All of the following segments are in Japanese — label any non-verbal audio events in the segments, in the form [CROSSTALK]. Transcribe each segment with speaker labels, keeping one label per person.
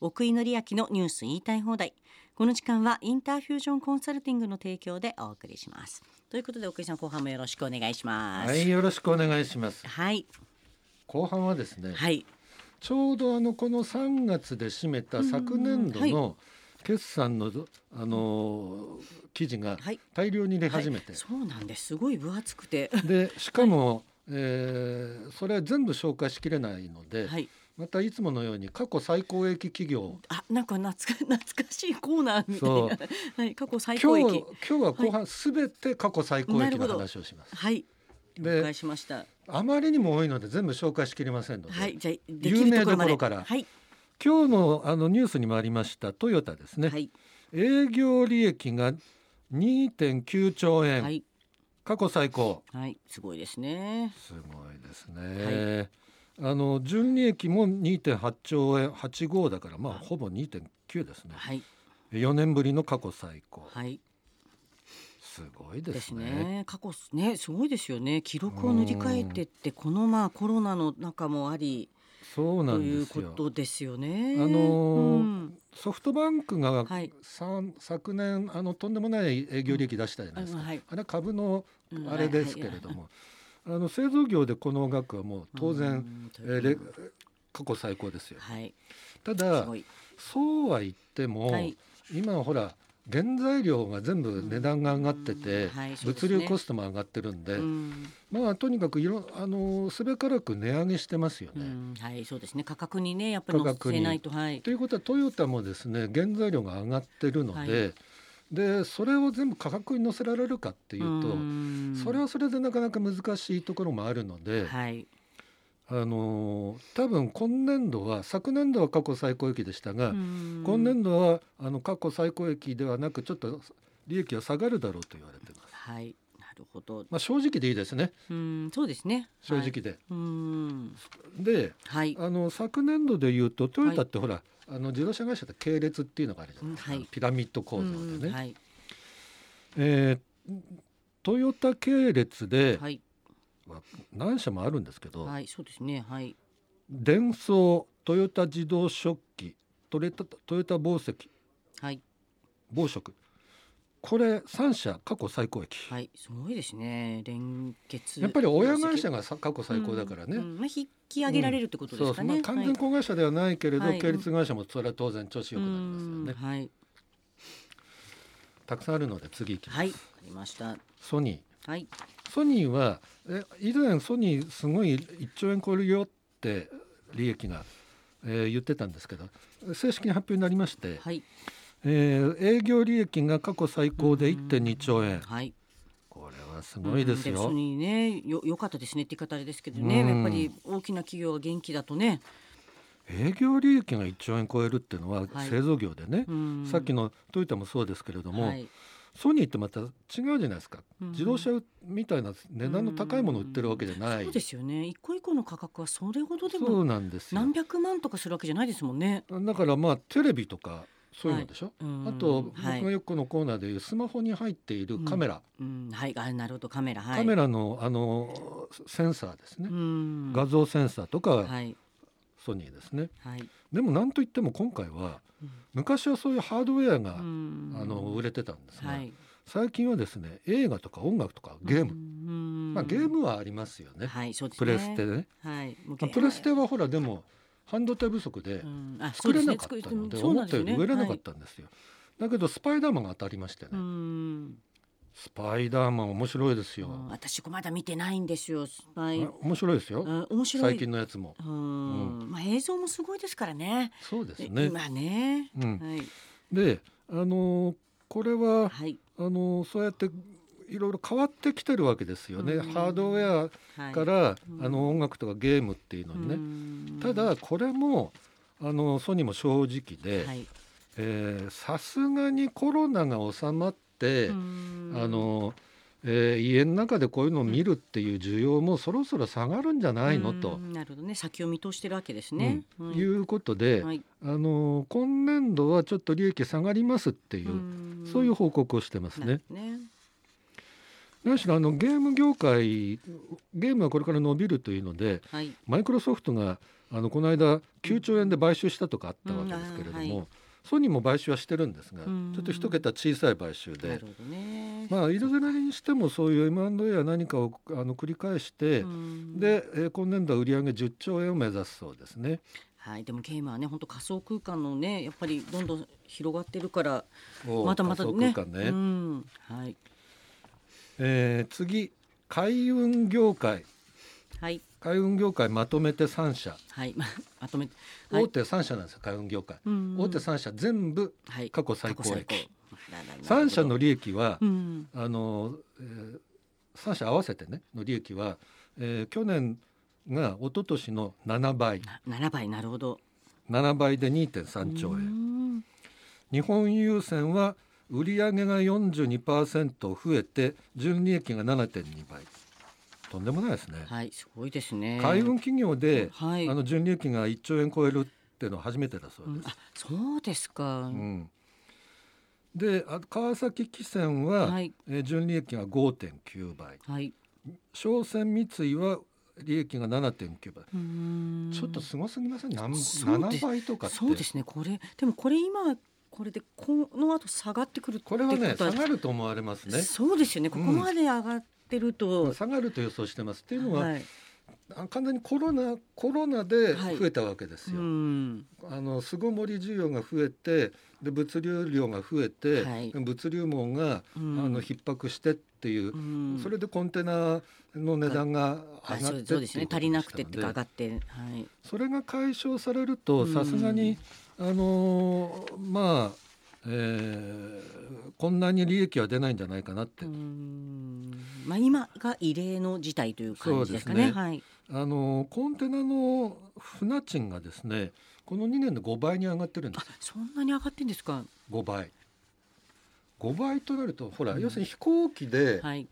Speaker 1: 奥井紀明のニュース言いたい放題この時間はインターフュージョンコンサルティングの提供でお送りしますということで奥井さん後半もよろしくお願いします
Speaker 2: はいよろしくお願いします
Speaker 1: はい
Speaker 2: 後半はですね、
Speaker 1: はい
Speaker 2: ちょうどあのこの3月で締めた昨年度
Speaker 1: うん
Speaker 2: の決算のどあのー記事が
Speaker 1: はい
Speaker 2: 大量に出始めて、
Speaker 1: はいそうなんですすごい分厚くて
Speaker 2: でしかも、えーそれは全部紹介しきれないので、
Speaker 1: はい
Speaker 2: またいつものように過去最高益企業
Speaker 1: あなんか懐か [LAUGHS] 懐かしいコーナーみたい
Speaker 2: そう
Speaker 1: なはい過去最高
Speaker 2: 今日
Speaker 1: 益
Speaker 2: 今日は後半すべて過去最高
Speaker 1: なる
Speaker 2: 益
Speaker 1: ほ
Speaker 2: の
Speaker 1: ど
Speaker 2: 話をします。
Speaker 1: はい
Speaker 2: で
Speaker 1: 了解しました
Speaker 2: あまりにも多いので全部紹介しきれませんので、
Speaker 1: はいじゃあできるところま
Speaker 2: 有名どこ
Speaker 1: で
Speaker 2: ろから
Speaker 1: はい
Speaker 2: 今日のあのニュースにもありましたトヨタですね、
Speaker 1: はい
Speaker 2: 営業利益が2.9兆円、
Speaker 1: はい
Speaker 2: 過去最高
Speaker 1: はいすごいですね
Speaker 2: すごいですね、あの純利益も2.8兆円85だからまあ
Speaker 1: はい
Speaker 2: ほぼ2.9ですね
Speaker 1: はい
Speaker 2: 4年ぶりの過去最高
Speaker 1: はい
Speaker 2: すごい
Speaker 1: で
Speaker 2: ですすね
Speaker 1: ね。過去すねすごいですよね。記録を塗り替えてってこのまあコロナの中もあり
Speaker 2: そうな
Speaker 1: と
Speaker 2: ん
Speaker 1: い
Speaker 2: で
Speaker 1: う
Speaker 2: す
Speaker 1: こ
Speaker 2: よ
Speaker 1: とですよね。
Speaker 2: あのー
Speaker 1: うん
Speaker 2: ソフトバンクが
Speaker 1: はい
Speaker 2: 三昨年あのとんでもない営業利益出したじゃないですか、
Speaker 1: うんはい
Speaker 2: あれは株の
Speaker 1: うん
Speaker 2: あれですけれども、あの製造業でこの額はもう当
Speaker 1: う
Speaker 2: 然、
Speaker 1: んと
Speaker 2: え
Speaker 1: いう
Speaker 2: ー
Speaker 1: こと
Speaker 2: れ
Speaker 1: で
Speaker 2: 過去最高ですよ
Speaker 1: はい。
Speaker 2: た
Speaker 1: す
Speaker 2: だ
Speaker 1: ごい。
Speaker 2: そうは言っても、
Speaker 1: はい
Speaker 2: 今ほら原材料が全部値段が上がってて、
Speaker 1: うんはいそうです
Speaker 2: 物
Speaker 1: ね
Speaker 2: 流コストも上がってるんで、
Speaker 1: うん
Speaker 2: まあとにかくいろあのすべからく値上げしてますよ
Speaker 1: う
Speaker 2: ね。
Speaker 1: んはいそうですね。価格にねやっぱり乗
Speaker 2: 価格
Speaker 1: せ
Speaker 2: に
Speaker 1: ないとはい。
Speaker 2: ということはトヨタもですね原材料が上がってるので、
Speaker 1: は
Speaker 2: でそれを全部価格に乗せられるかっていうと、
Speaker 1: ん
Speaker 2: それはそれでなかなか難しいところもあるので、
Speaker 1: はい
Speaker 2: あのー多分今年度は昨年度は過去最高益でしたが、今
Speaker 1: 今
Speaker 2: 年度はあの過去最高益ではなくちょっと利益は下がるだろうと言われてます。
Speaker 1: はいなるほど。
Speaker 2: まあ、正直でいいですね
Speaker 1: うんそうですね。
Speaker 2: 正
Speaker 1: は
Speaker 2: 直
Speaker 1: い。
Speaker 2: で。
Speaker 1: うん
Speaker 2: で
Speaker 1: はい
Speaker 2: あの昨年度でいうとトヨタってほら、あの自動車会社って系列っていうのがあるじゃないですか、
Speaker 1: うんはい
Speaker 2: ピラミッド構造でね。
Speaker 1: うんはい
Speaker 2: えートヨタ系列で
Speaker 1: はい
Speaker 2: 何社もあるんですけど、
Speaker 1: はいそうですねはい
Speaker 2: デンソートヨタ自動食器トヨタトヨタ紡績
Speaker 1: はい。
Speaker 2: 紡織これ3社過去最高益、
Speaker 1: はい、すごいですね。連結。
Speaker 2: やっぱり親会社がさ過去最高だからね、
Speaker 1: うんうんまあ、引き上げられるってことで
Speaker 2: そう
Speaker 1: す
Speaker 2: そ
Speaker 1: か
Speaker 2: うまあ
Speaker 1: ね。
Speaker 2: 完全子会社ではないけれど、
Speaker 1: はい
Speaker 2: 系列会社もそれは当然調子よくなりますよね、
Speaker 1: はい。うん
Speaker 2: たくさんあるので次行きます、
Speaker 1: はい。はい。わかりました。
Speaker 2: ソニ
Speaker 1: はい。
Speaker 2: ーソニーはえ以前ソニーすごい1兆円超えるよって利益が、えー言ってたんですけど正式に発表になりまして、
Speaker 1: はい。
Speaker 2: えー営業利益が過去最高で1.2兆円、
Speaker 1: はい。
Speaker 2: これはすごいです
Speaker 1: うん
Speaker 2: よ、
Speaker 1: ソニーね、よ、良かったですねって言い方あれですけどね、
Speaker 2: う
Speaker 1: や
Speaker 2: ん
Speaker 1: っぱり大きな企業が元気だとね。
Speaker 2: 営業利益が1兆円超えるっていうのは
Speaker 1: はい
Speaker 2: 製造業でね、
Speaker 1: うん
Speaker 2: さっきのトヨタもそうですけれども、
Speaker 1: はい
Speaker 2: ソニーってまた違うじゃないですか、
Speaker 1: うん
Speaker 2: 自動車みたいな値段の高いものを売ってるわけじゃない、
Speaker 1: そうですよね。一個一個の価格はそれほどで
Speaker 2: そう
Speaker 1: も。
Speaker 2: なんですよ
Speaker 1: 何百万とかするわけじゃないですもんね。
Speaker 2: だからまあテレビとかそういうのでしょ、
Speaker 1: うん
Speaker 2: あと僕
Speaker 1: はい
Speaker 2: が。よくこのコーナーでいうスマホに入っているカメラ、
Speaker 1: うん、はい、あ、なるほど、カメラ。はい。
Speaker 2: カメラのあのセンサーですね
Speaker 1: う、ん。
Speaker 2: 画像センサーとかは
Speaker 1: はい。
Speaker 2: ソニーですね、
Speaker 1: はい。
Speaker 2: でもなんといっても今回は
Speaker 1: うん
Speaker 2: 昔はそういうハードウェアが、
Speaker 1: うん
Speaker 2: あの売れてたんですが、
Speaker 1: はい、
Speaker 2: 最近はですね映画とか音楽とかゲーム、
Speaker 1: ム
Speaker 2: まあ、ゲームはありますよね、
Speaker 1: はい、そうです
Speaker 2: プ
Speaker 1: ね。
Speaker 2: レステ、ね、
Speaker 1: はい、もうゲー
Speaker 2: まあ
Speaker 1: ム
Speaker 2: プレステはほらでも半導体不足で
Speaker 1: うんあ
Speaker 2: 作れなか
Speaker 1: そ
Speaker 2: っ
Speaker 1: う
Speaker 2: た
Speaker 1: すね
Speaker 2: ので
Speaker 1: そう
Speaker 2: 思
Speaker 1: なん
Speaker 2: ったより
Speaker 1: すね
Speaker 2: 売れなかったんですよ、だけどスパイダーマンが当たりましてね、
Speaker 1: はいうん
Speaker 2: スパイダーマン面白いですよ、
Speaker 1: うん私これまだ見てないんですよ。はい、
Speaker 2: あ面白いですよ、
Speaker 1: うん面白い。
Speaker 2: 最近のやつも
Speaker 1: うん、まあ映像もすごいですからね。
Speaker 2: そうですね、
Speaker 1: 今ね。
Speaker 2: うん、
Speaker 1: はい、
Speaker 2: であのーこれは
Speaker 1: はい、
Speaker 2: あのーそうやっていろいろ変わってきてるわけですよね、
Speaker 1: うん
Speaker 2: ハードウェア
Speaker 1: はい。
Speaker 2: から、
Speaker 1: うん
Speaker 2: あの音楽とかゲームっていうのにね、
Speaker 1: ね
Speaker 2: ただこれもあのソニーも正直で
Speaker 1: はい、
Speaker 2: えーさすがにコロナが収まって、あ
Speaker 1: あ、
Speaker 2: のえー家の中でこういうのを見るっていう需要もそろそろ下がるんじゃないの
Speaker 1: う
Speaker 2: と、
Speaker 1: んなるほどね、先を見通してるわけですね。
Speaker 2: うん
Speaker 1: はい
Speaker 2: い、うことで、
Speaker 1: はい、
Speaker 2: あの今年度はちょっと利益下がりますっていう、そういう報告をしてます
Speaker 1: な
Speaker 2: ね
Speaker 1: る。ほどね。
Speaker 2: 何しろあのゲーム業界ゲームはこれから伸びるというので
Speaker 1: はい。
Speaker 2: マイクロソフトがあのこの間9兆円で買収したとかあったわけですけれども、
Speaker 1: うんあーは
Speaker 2: ソニーも買収はしてるんですがち
Speaker 1: うん
Speaker 2: ょっと一桁小さい買収
Speaker 1: な
Speaker 2: で
Speaker 1: る。ほどね。
Speaker 2: まあ、いずれにしてもそういう M&A や何かをあの繰り返して、
Speaker 1: うん、
Speaker 2: で、えー今年度は売上10兆円を目指すそうですね。
Speaker 1: はい、でもゲームはね、本当仮想空間のね、やっぱりどんどん広がってるから、
Speaker 2: おー
Speaker 1: またまたね。
Speaker 2: 仮想空間ね
Speaker 1: うん、はい、
Speaker 2: えー次海運業界
Speaker 1: はい、
Speaker 2: 海運業界まとめて3社、
Speaker 1: はい、 [LAUGHS] ままとめて、はい
Speaker 2: 大手3社なんですよ海運業界、
Speaker 1: うん
Speaker 2: 大手3社全部
Speaker 1: はい、
Speaker 2: 過去最高益、
Speaker 1: 過去あららなるほど
Speaker 2: 3社の利益は、
Speaker 1: うん、
Speaker 2: あの、えー、3社合わせてねの利益は、えー去年が一昨年の7倍
Speaker 1: な七倍なるほど。
Speaker 2: 7倍で2.3兆円、
Speaker 1: 円。
Speaker 2: 日本郵船は売上が42%増えて純利益が7.2倍とんでもないですね、
Speaker 1: はい、すごいですね。
Speaker 2: 海運企業で、
Speaker 1: はい
Speaker 2: あの純利益が1兆円超えるっていうのは初めてだそう
Speaker 1: うん
Speaker 2: です、
Speaker 1: あ、そうですか。
Speaker 2: うんであ川崎汽船は、
Speaker 1: はい
Speaker 2: えー純利益が5.9倍
Speaker 1: はい。
Speaker 2: 商船三井は利益が7.9倍、
Speaker 1: うん
Speaker 2: ちょっとすごすぎませんなん
Speaker 1: そうです
Speaker 2: 7倍とかって
Speaker 1: そうですね。これでもこれ今これでこの後下がってくるって
Speaker 2: これはね
Speaker 1: こと
Speaker 2: 下がると思われますね
Speaker 1: そうですよね。ここまで上がってると、
Speaker 2: 下がると予想してますっていうのは、
Speaker 1: はい。
Speaker 2: あ完全にコロナコロナで
Speaker 1: はい
Speaker 2: 増えたわけです
Speaker 1: う
Speaker 2: よ、
Speaker 1: ん。
Speaker 2: あの巣ごもり需要が増えてで物流量が増えて、
Speaker 1: はい
Speaker 2: 物流網が、
Speaker 1: うん
Speaker 2: あの逼迫してっていう
Speaker 1: う、ん。
Speaker 2: それでコンテナの値段が
Speaker 1: あ
Speaker 2: 上が
Speaker 1: そ
Speaker 2: って
Speaker 1: う
Speaker 2: って
Speaker 1: そうです
Speaker 2: い
Speaker 1: ね
Speaker 2: う。こと
Speaker 1: 足
Speaker 2: で
Speaker 1: りな
Speaker 2: し
Speaker 1: く
Speaker 2: た
Speaker 1: てっ
Speaker 2: の
Speaker 1: て
Speaker 2: で
Speaker 1: か上がって、はい。
Speaker 2: それが解消される
Speaker 1: う
Speaker 2: と
Speaker 1: ん
Speaker 2: さすがにあのーまあえーこんなに利益は出ないんじゃないかなって、
Speaker 1: うん。まあ今が異例の事態という感じですかね。
Speaker 2: そうですね
Speaker 1: はい。
Speaker 2: あのーコンテナの船賃がですねこの2年で5倍に上がってるんです
Speaker 1: あ、そんなに上がってんですか。
Speaker 2: 5倍5倍となるとほら、要するに飛行機で
Speaker 1: はい。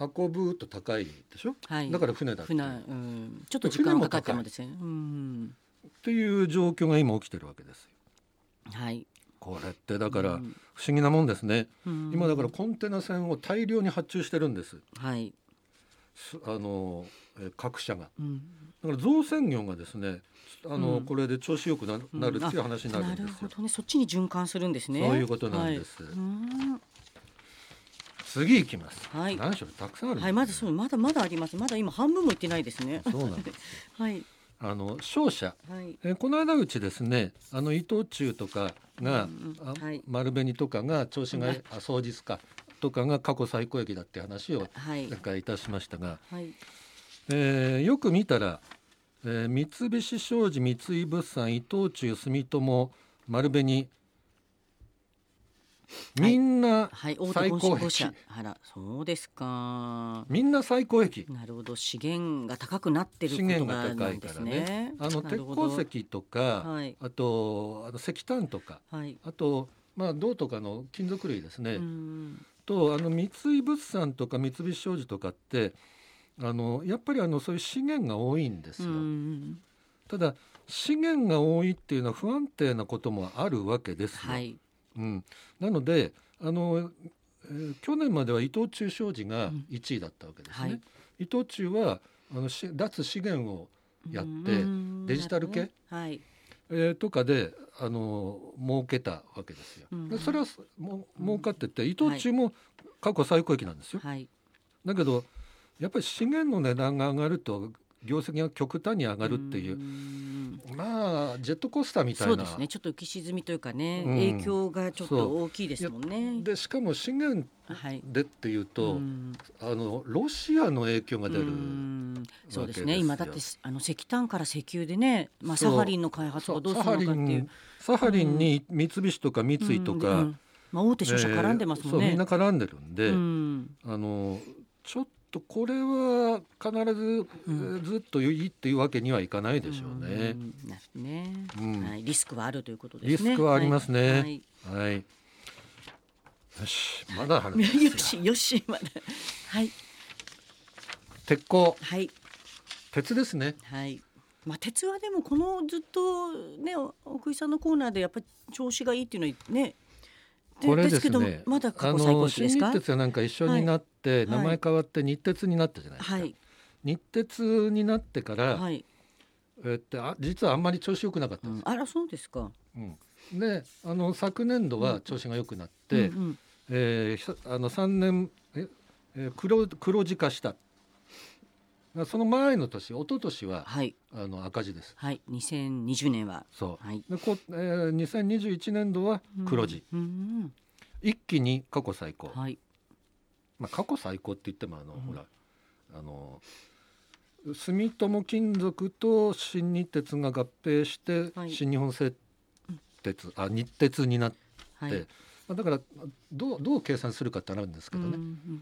Speaker 2: 運ぶと高いでしょ、
Speaker 1: はい。
Speaker 2: だから船だって
Speaker 1: 船、うん、ちょっと時間かかってもですね。うん。
Speaker 2: っていう状況が今起きてるわけですよ
Speaker 1: はい。
Speaker 2: これってだから
Speaker 1: う
Speaker 2: 不
Speaker 1: ん
Speaker 2: 思議なもんですね、
Speaker 1: うん
Speaker 2: 今だからコンテナ船を大量に発注してるんです
Speaker 1: はい。
Speaker 2: すあのえー各社が
Speaker 1: うん。
Speaker 2: だから造船業がですねあの、
Speaker 1: うん
Speaker 2: これで調子よくななるっていう話になるん
Speaker 1: あ
Speaker 2: で
Speaker 1: なる
Speaker 2: す
Speaker 1: ほ
Speaker 2: よ、
Speaker 1: どね。そっちに循環するんですね。
Speaker 2: そういうことなんです
Speaker 1: はい、うん
Speaker 2: 次行きます、
Speaker 1: はい
Speaker 2: 何しろたくさんあるん
Speaker 1: はい、まだそううまだまだあります。まだ今半分もいってないです
Speaker 2: [LAUGHS]
Speaker 1: ね。
Speaker 2: そうなんですよ
Speaker 1: はい
Speaker 2: あの商社
Speaker 1: はい。
Speaker 2: えーこの間うちですねあの伊藤忠とかが、
Speaker 1: うんうん
Speaker 2: あ
Speaker 1: はい
Speaker 2: 丸紅とかが調子が、
Speaker 1: はい
Speaker 2: あ双日かとかが過去最高益だって話を
Speaker 1: はい
Speaker 2: なんかいたしましたが、
Speaker 1: はい
Speaker 2: えーよく見たら、えー三菱商事三井物産伊藤忠住友丸紅みんな
Speaker 1: はい。
Speaker 2: 最高
Speaker 1: 5
Speaker 2: 益、
Speaker 1: 社。あらそうですか。
Speaker 2: みんな最高益
Speaker 1: なるほど資源が高くなってる
Speaker 2: 資
Speaker 1: こと
Speaker 2: 源
Speaker 1: があ
Speaker 2: が
Speaker 1: る
Speaker 2: 高
Speaker 1: ん
Speaker 2: い
Speaker 1: で
Speaker 2: か
Speaker 1: す
Speaker 2: らね
Speaker 1: ね。
Speaker 2: あの
Speaker 1: な
Speaker 2: 鉄
Speaker 1: るほど
Speaker 2: 鉱石とか、
Speaker 1: はい
Speaker 2: あとあの石炭とか
Speaker 1: はい。
Speaker 2: あとまあ銅とかの金属類ですね、
Speaker 1: うん
Speaker 2: とあの三井物産とか三菱商事とかってあのやっぱりあのそういう資源が多いんです
Speaker 1: う
Speaker 2: よ、
Speaker 1: ん
Speaker 2: ただ資源が多いっていうのは不安定なこともあるわけですよ、
Speaker 1: はい
Speaker 2: うん、なのであの、えー去年までは伊藤忠商事
Speaker 1: う
Speaker 2: が
Speaker 1: ん
Speaker 2: 1位だったわけですね、
Speaker 1: はい
Speaker 2: 伊藤忠はあのし脱資源を、やって
Speaker 1: うん
Speaker 2: デジタル系
Speaker 1: なるほどねはい
Speaker 2: えーとかであの儲けたわけですよ、
Speaker 1: うん
Speaker 2: でそれはも儲かってて伊藤忠も過去最高益なんですよ、
Speaker 1: はい
Speaker 2: だけどやっぱり資源の値段が上がると業績が極端に上がるっていうう、
Speaker 1: ん
Speaker 2: まあジェットコースターみたい
Speaker 1: そ
Speaker 2: な
Speaker 1: うですねちょっと浮き沈みというかね、
Speaker 2: うん
Speaker 1: 影響がちょっと大きいですもんね。
Speaker 2: でしかも資源
Speaker 1: はい
Speaker 2: でっていうと、
Speaker 1: うん
Speaker 2: あのロシアの影響が出
Speaker 1: う
Speaker 2: る、
Speaker 1: んそうです
Speaker 2: わ
Speaker 1: ね
Speaker 2: けですよ
Speaker 1: 今だってあの石炭から石油でね、まあ、
Speaker 2: そ
Speaker 1: サ
Speaker 2: う
Speaker 1: ハリンの開発
Speaker 2: そ
Speaker 1: がどう
Speaker 2: う
Speaker 1: す
Speaker 2: サ
Speaker 1: るのか
Speaker 2: ハリ
Speaker 1: っていう
Speaker 2: ンサハリンに三菱とか三井とか、
Speaker 1: うんうんまあ、大手商社絡んでますもん
Speaker 2: えーそう
Speaker 1: ね。
Speaker 2: みんな絡んでるんで、
Speaker 1: うん
Speaker 2: あのちょっとこれは必ず、
Speaker 1: うん
Speaker 2: えーずっといいっていうわけにはいかないでしょうね
Speaker 1: う。んなね、
Speaker 2: うん
Speaker 1: はい、リスクはあるということで
Speaker 2: リ
Speaker 1: すね。
Speaker 2: スクはありますね。
Speaker 1: は
Speaker 2: はいい。
Speaker 1: はい
Speaker 2: よし、まだ話す
Speaker 1: よしよしまだはい
Speaker 2: 鉄鋼、
Speaker 1: はい
Speaker 2: 鉄ですね。
Speaker 1: はい。まあ鉄はでもこのずっとねお奥井さんのコーナーでやっぱり調子がいいっていうのはね
Speaker 2: これです
Speaker 1: ですけ
Speaker 2: ね
Speaker 1: どまだ過
Speaker 2: あ
Speaker 1: 去最高
Speaker 2: の
Speaker 1: 値
Speaker 2: 新
Speaker 1: です
Speaker 2: 日
Speaker 1: か
Speaker 2: 鉄やなんか一緒になって、
Speaker 1: い
Speaker 2: 名前変わって日鉄になったじゃないですか、
Speaker 1: はい
Speaker 2: 日鉄になってから、
Speaker 1: はい、
Speaker 2: えーってあ実はあんまり調子良くなかった
Speaker 1: うん
Speaker 2: で
Speaker 1: ん
Speaker 2: す、
Speaker 1: あらそうですか。
Speaker 2: うんであの昨年度は調子が良くなって、
Speaker 1: うんうん
Speaker 2: えーひさあの3年ええー黒黒字化したその前の年一昨年は
Speaker 1: はい
Speaker 2: あの赤字です
Speaker 1: はい2020年は
Speaker 2: そ
Speaker 1: はい。
Speaker 2: うでこ、えー、2021年度は黒字、
Speaker 1: うん。
Speaker 2: 一気に過去最
Speaker 1: う
Speaker 2: 高、
Speaker 1: んはい。
Speaker 2: まあ、過去最高って言ってもあの、
Speaker 1: うん
Speaker 2: ほらあの住友金属と新日鉄が合併して、
Speaker 1: はい
Speaker 2: 新日本製鉄あ日鉄になって、
Speaker 1: はい。
Speaker 2: まあ、だからどうどう計算するかってなるんですけど
Speaker 1: う
Speaker 2: ね。
Speaker 1: ん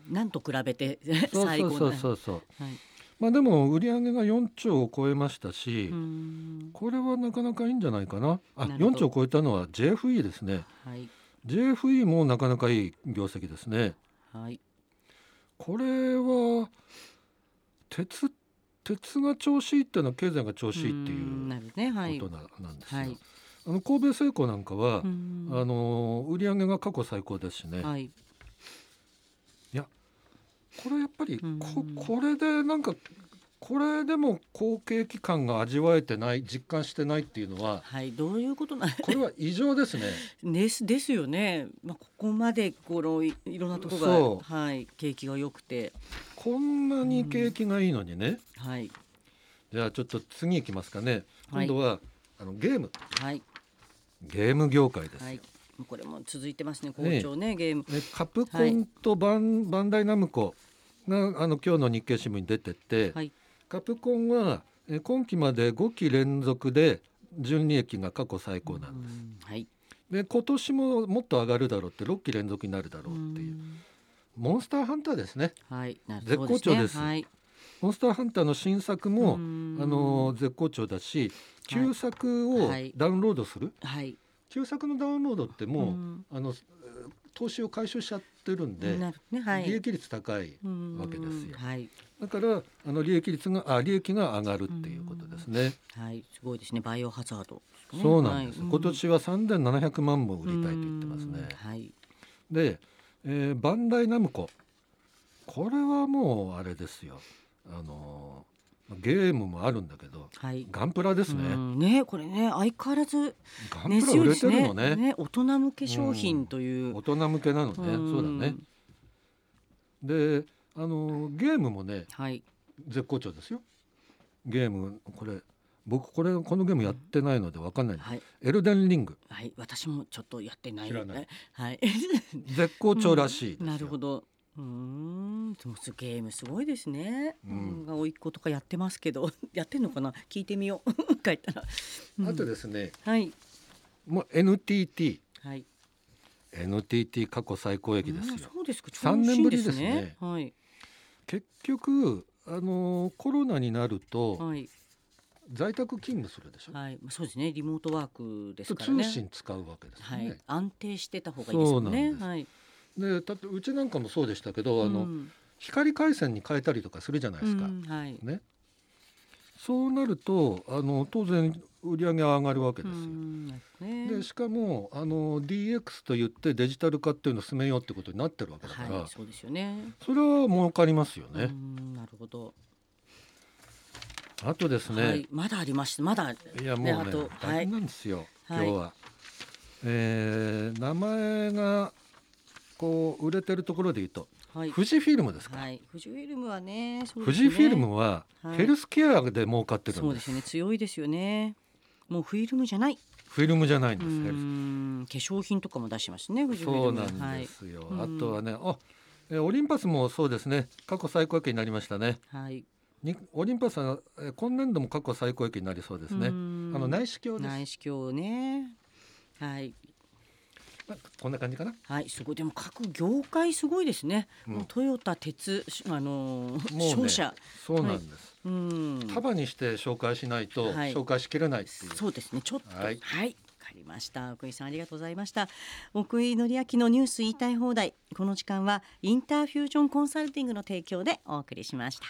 Speaker 1: うんなんと比べて
Speaker 2: そう
Speaker 1: 最高
Speaker 2: そうそうそう
Speaker 1: う。はい。
Speaker 2: まあでも売上が4兆を超えましたし、
Speaker 1: うん
Speaker 2: これはなかなかいいんじゃないかな。あ、
Speaker 1: なるほ
Speaker 2: 4
Speaker 1: ど
Speaker 2: 兆を超えたのは JFE ですね。
Speaker 1: はい。
Speaker 2: JFE もなかなかいい業績ですね。
Speaker 1: はい。
Speaker 2: これは鉄鉄が調子いいっていうのは経済が調子いいって
Speaker 1: ん
Speaker 2: いう
Speaker 1: なるね。はい。
Speaker 2: ことななんですよ。
Speaker 1: はい。
Speaker 2: あの神戸製鋼なんかは、
Speaker 1: うん
Speaker 2: あの売上が過去最高ですしね。
Speaker 1: はい。
Speaker 2: これやっぱりこ
Speaker 1: うん
Speaker 2: これでなんかこれでも好景気感が味わえてない実感してないっていうのは
Speaker 1: はい。どういうことなん
Speaker 2: これは異常です
Speaker 1: [LAUGHS]
Speaker 2: ね。
Speaker 1: ですですよね。まあここまでこのいいろんなとこ
Speaker 2: そ
Speaker 1: ろがはい景気が良くて
Speaker 2: こんなに景気がいいのにね。
Speaker 1: はい
Speaker 2: じゃあちょっと次行きますかね。
Speaker 1: は
Speaker 2: 今
Speaker 1: い
Speaker 2: 度は、あのゲーム
Speaker 1: はい
Speaker 2: ゲーム業界ですよ。
Speaker 1: はい。これも続いてますね。好調ねゲーム。
Speaker 2: ねカプコンとバン,、バンダイナムコがあの今日の日経新聞に出てて、
Speaker 1: はい
Speaker 2: カプコンはえ今期まで5期連続で純利益が過去最高なんです。
Speaker 1: うんはい。
Speaker 2: で今年ももっと上がるだろうって6期連続になるだろうってい
Speaker 1: う
Speaker 2: う、
Speaker 1: ん
Speaker 2: モンスターハンターですね
Speaker 1: はい。なる
Speaker 2: 絶
Speaker 1: ほ
Speaker 2: 好
Speaker 1: ど
Speaker 2: 調
Speaker 1: ね
Speaker 2: です
Speaker 1: はい。
Speaker 2: モンスターハンターの新作も、
Speaker 1: うん
Speaker 2: あの絶好調だし
Speaker 1: はい
Speaker 2: 旧作を
Speaker 1: はい
Speaker 2: ダウンロードする、
Speaker 1: はい。
Speaker 2: 旧作のダウンロードっても
Speaker 1: ん
Speaker 2: う、あの投資を回収しちゃってるんで、
Speaker 1: なるねはい。
Speaker 2: 利益率高い
Speaker 1: わ
Speaker 2: けですよ
Speaker 1: はい
Speaker 2: だからあの利益率があ利益が上がるっていうことですね、
Speaker 1: はいすごいですねバイオハザードですね。
Speaker 2: そうなんです、
Speaker 1: はい
Speaker 2: 今年は3700万本売りたいと言ってますね、
Speaker 1: うんはい
Speaker 2: で、えーバンダイナムコこれはもうあれですよあのーゲームもあるんだけど
Speaker 1: はい。
Speaker 2: ガンプラですね、
Speaker 1: うんねこれね相変わらず
Speaker 2: ガン
Speaker 1: 根
Speaker 2: プラ
Speaker 1: 強い
Speaker 2: 売
Speaker 1: で
Speaker 2: れ
Speaker 1: す
Speaker 2: てるの
Speaker 1: ね
Speaker 2: ね
Speaker 1: ね大人向け商品という。
Speaker 2: 大人向けなのね、
Speaker 1: ん
Speaker 2: そうだねであのーゲームもね
Speaker 1: はい
Speaker 2: 絶好調ですよゲームこれ僕これこのゲームやってないのでわかんないんです、
Speaker 1: はい
Speaker 2: エルデンリング
Speaker 1: はい私もちょっとやってない
Speaker 2: 知らない
Speaker 1: はい [LAUGHS]
Speaker 2: 絶好調らしいですよ、
Speaker 1: なるほど。うーんでもすゲームすごいですね。う
Speaker 2: うんん、
Speaker 1: が甥っ子とかやってますけど [LAUGHS] やってんのかな聞いてみよう [LAUGHS] 帰ったら。うん
Speaker 2: あとですね
Speaker 1: はい
Speaker 2: もう NTT
Speaker 1: はい。
Speaker 2: NTT 過去最高益ですよ、
Speaker 1: うんそうですか。
Speaker 2: 3年ぶりですね
Speaker 1: 調子いいはい
Speaker 2: 結局あのーコロナになると
Speaker 1: はい
Speaker 2: 在宅勤務するでしょ、
Speaker 1: はい。まあそうですね。リモートワークですからね。
Speaker 2: 通信使うわけですよ
Speaker 1: はい
Speaker 2: ね、。
Speaker 1: 安定してた方がいいですよね。
Speaker 2: そうなんです
Speaker 1: はい。
Speaker 2: でだってうちなんかもそうでしたけどあの、
Speaker 1: うん
Speaker 2: 光回線に変えたりとかするじゃないですか、
Speaker 1: うんはい。
Speaker 2: ねそうなるとあの当然売り上げは上がるわけ
Speaker 1: う
Speaker 2: ですよ、
Speaker 1: んなるほどね
Speaker 2: でしかもあの DX と言ってデジタル化っていうのを進めようってことになってるわけだから、
Speaker 1: はい。そうですよね。
Speaker 2: それは儲かりますよ
Speaker 1: う
Speaker 2: ね、
Speaker 1: んなるほど。
Speaker 2: あとですね、
Speaker 1: はい。まだありました。まだ。
Speaker 2: いやもう
Speaker 1: ね
Speaker 2: ね
Speaker 1: あとはい
Speaker 2: 大変なんですよ、
Speaker 1: はい
Speaker 2: 今日は、えー名前がこう売れてるところで言うと
Speaker 1: はい。
Speaker 2: 富士フィルムですか、
Speaker 1: はい。富士フィルムはね。そうで
Speaker 2: 富
Speaker 1: すね
Speaker 2: 士フィルムは
Speaker 1: はい
Speaker 2: ヘルスケアで儲かってる
Speaker 1: そ
Speaker 2: ん
Speaker 1: う
Speaker 2: で
Speaker 1: です
Speaker 2: す,、
Speaker 1: よね。強いですよね。もうフィルムじゃない。
Speaker 2: フィルムじゃないん
Speaker 1: う
Speaker 2: です、ヘルス
Speaker 1: ん。化粧品とかも出してますね。富士フィ
Speaker 2: そ
Speaker 1: ル
Speaker 2: う
Speaker 1: ム
Speaker 2: な
Speaker 1: は。
Speaker 2: んですよ、
Speaker 1: はいうん
Speaker 2: あとはねあえーオリンパスもそうですね過去最高益になりましたね
Speaker 1: はい。はい。
Speaker 2: にオリンパスはえー今年度も過去最高益になりそうですね、
Speaker 1: うん
Speaker 2: あの内視鏡です
Speaker 1: 内視鏡ね。はい。
Speaker 2: まあこんな感じかな
Speaker 1: はい、すごい、でも各業界すごいですね。
Speaker 2: うん
Speaker 1: もうトヨタ、鉄、しあのー、
Speaker 2: もうね
Speaker 1: 商社。
Speaker 2: そうなんです、
Speaker 1: うん。
Speaker 2: 束にして紹介しないと
Speaker 1: はい
Speaker 2: 紹介しきれないっていう、
Speaker 1: そうですね、ちょっと。は
Speaker 2: はいい。
Speaker 1: わかりました。奥井さん、ありがとうございました。奥井紀明のニュース言いたい放題。この時間はインターフュージョンコンサルティングの提供でお送りしました。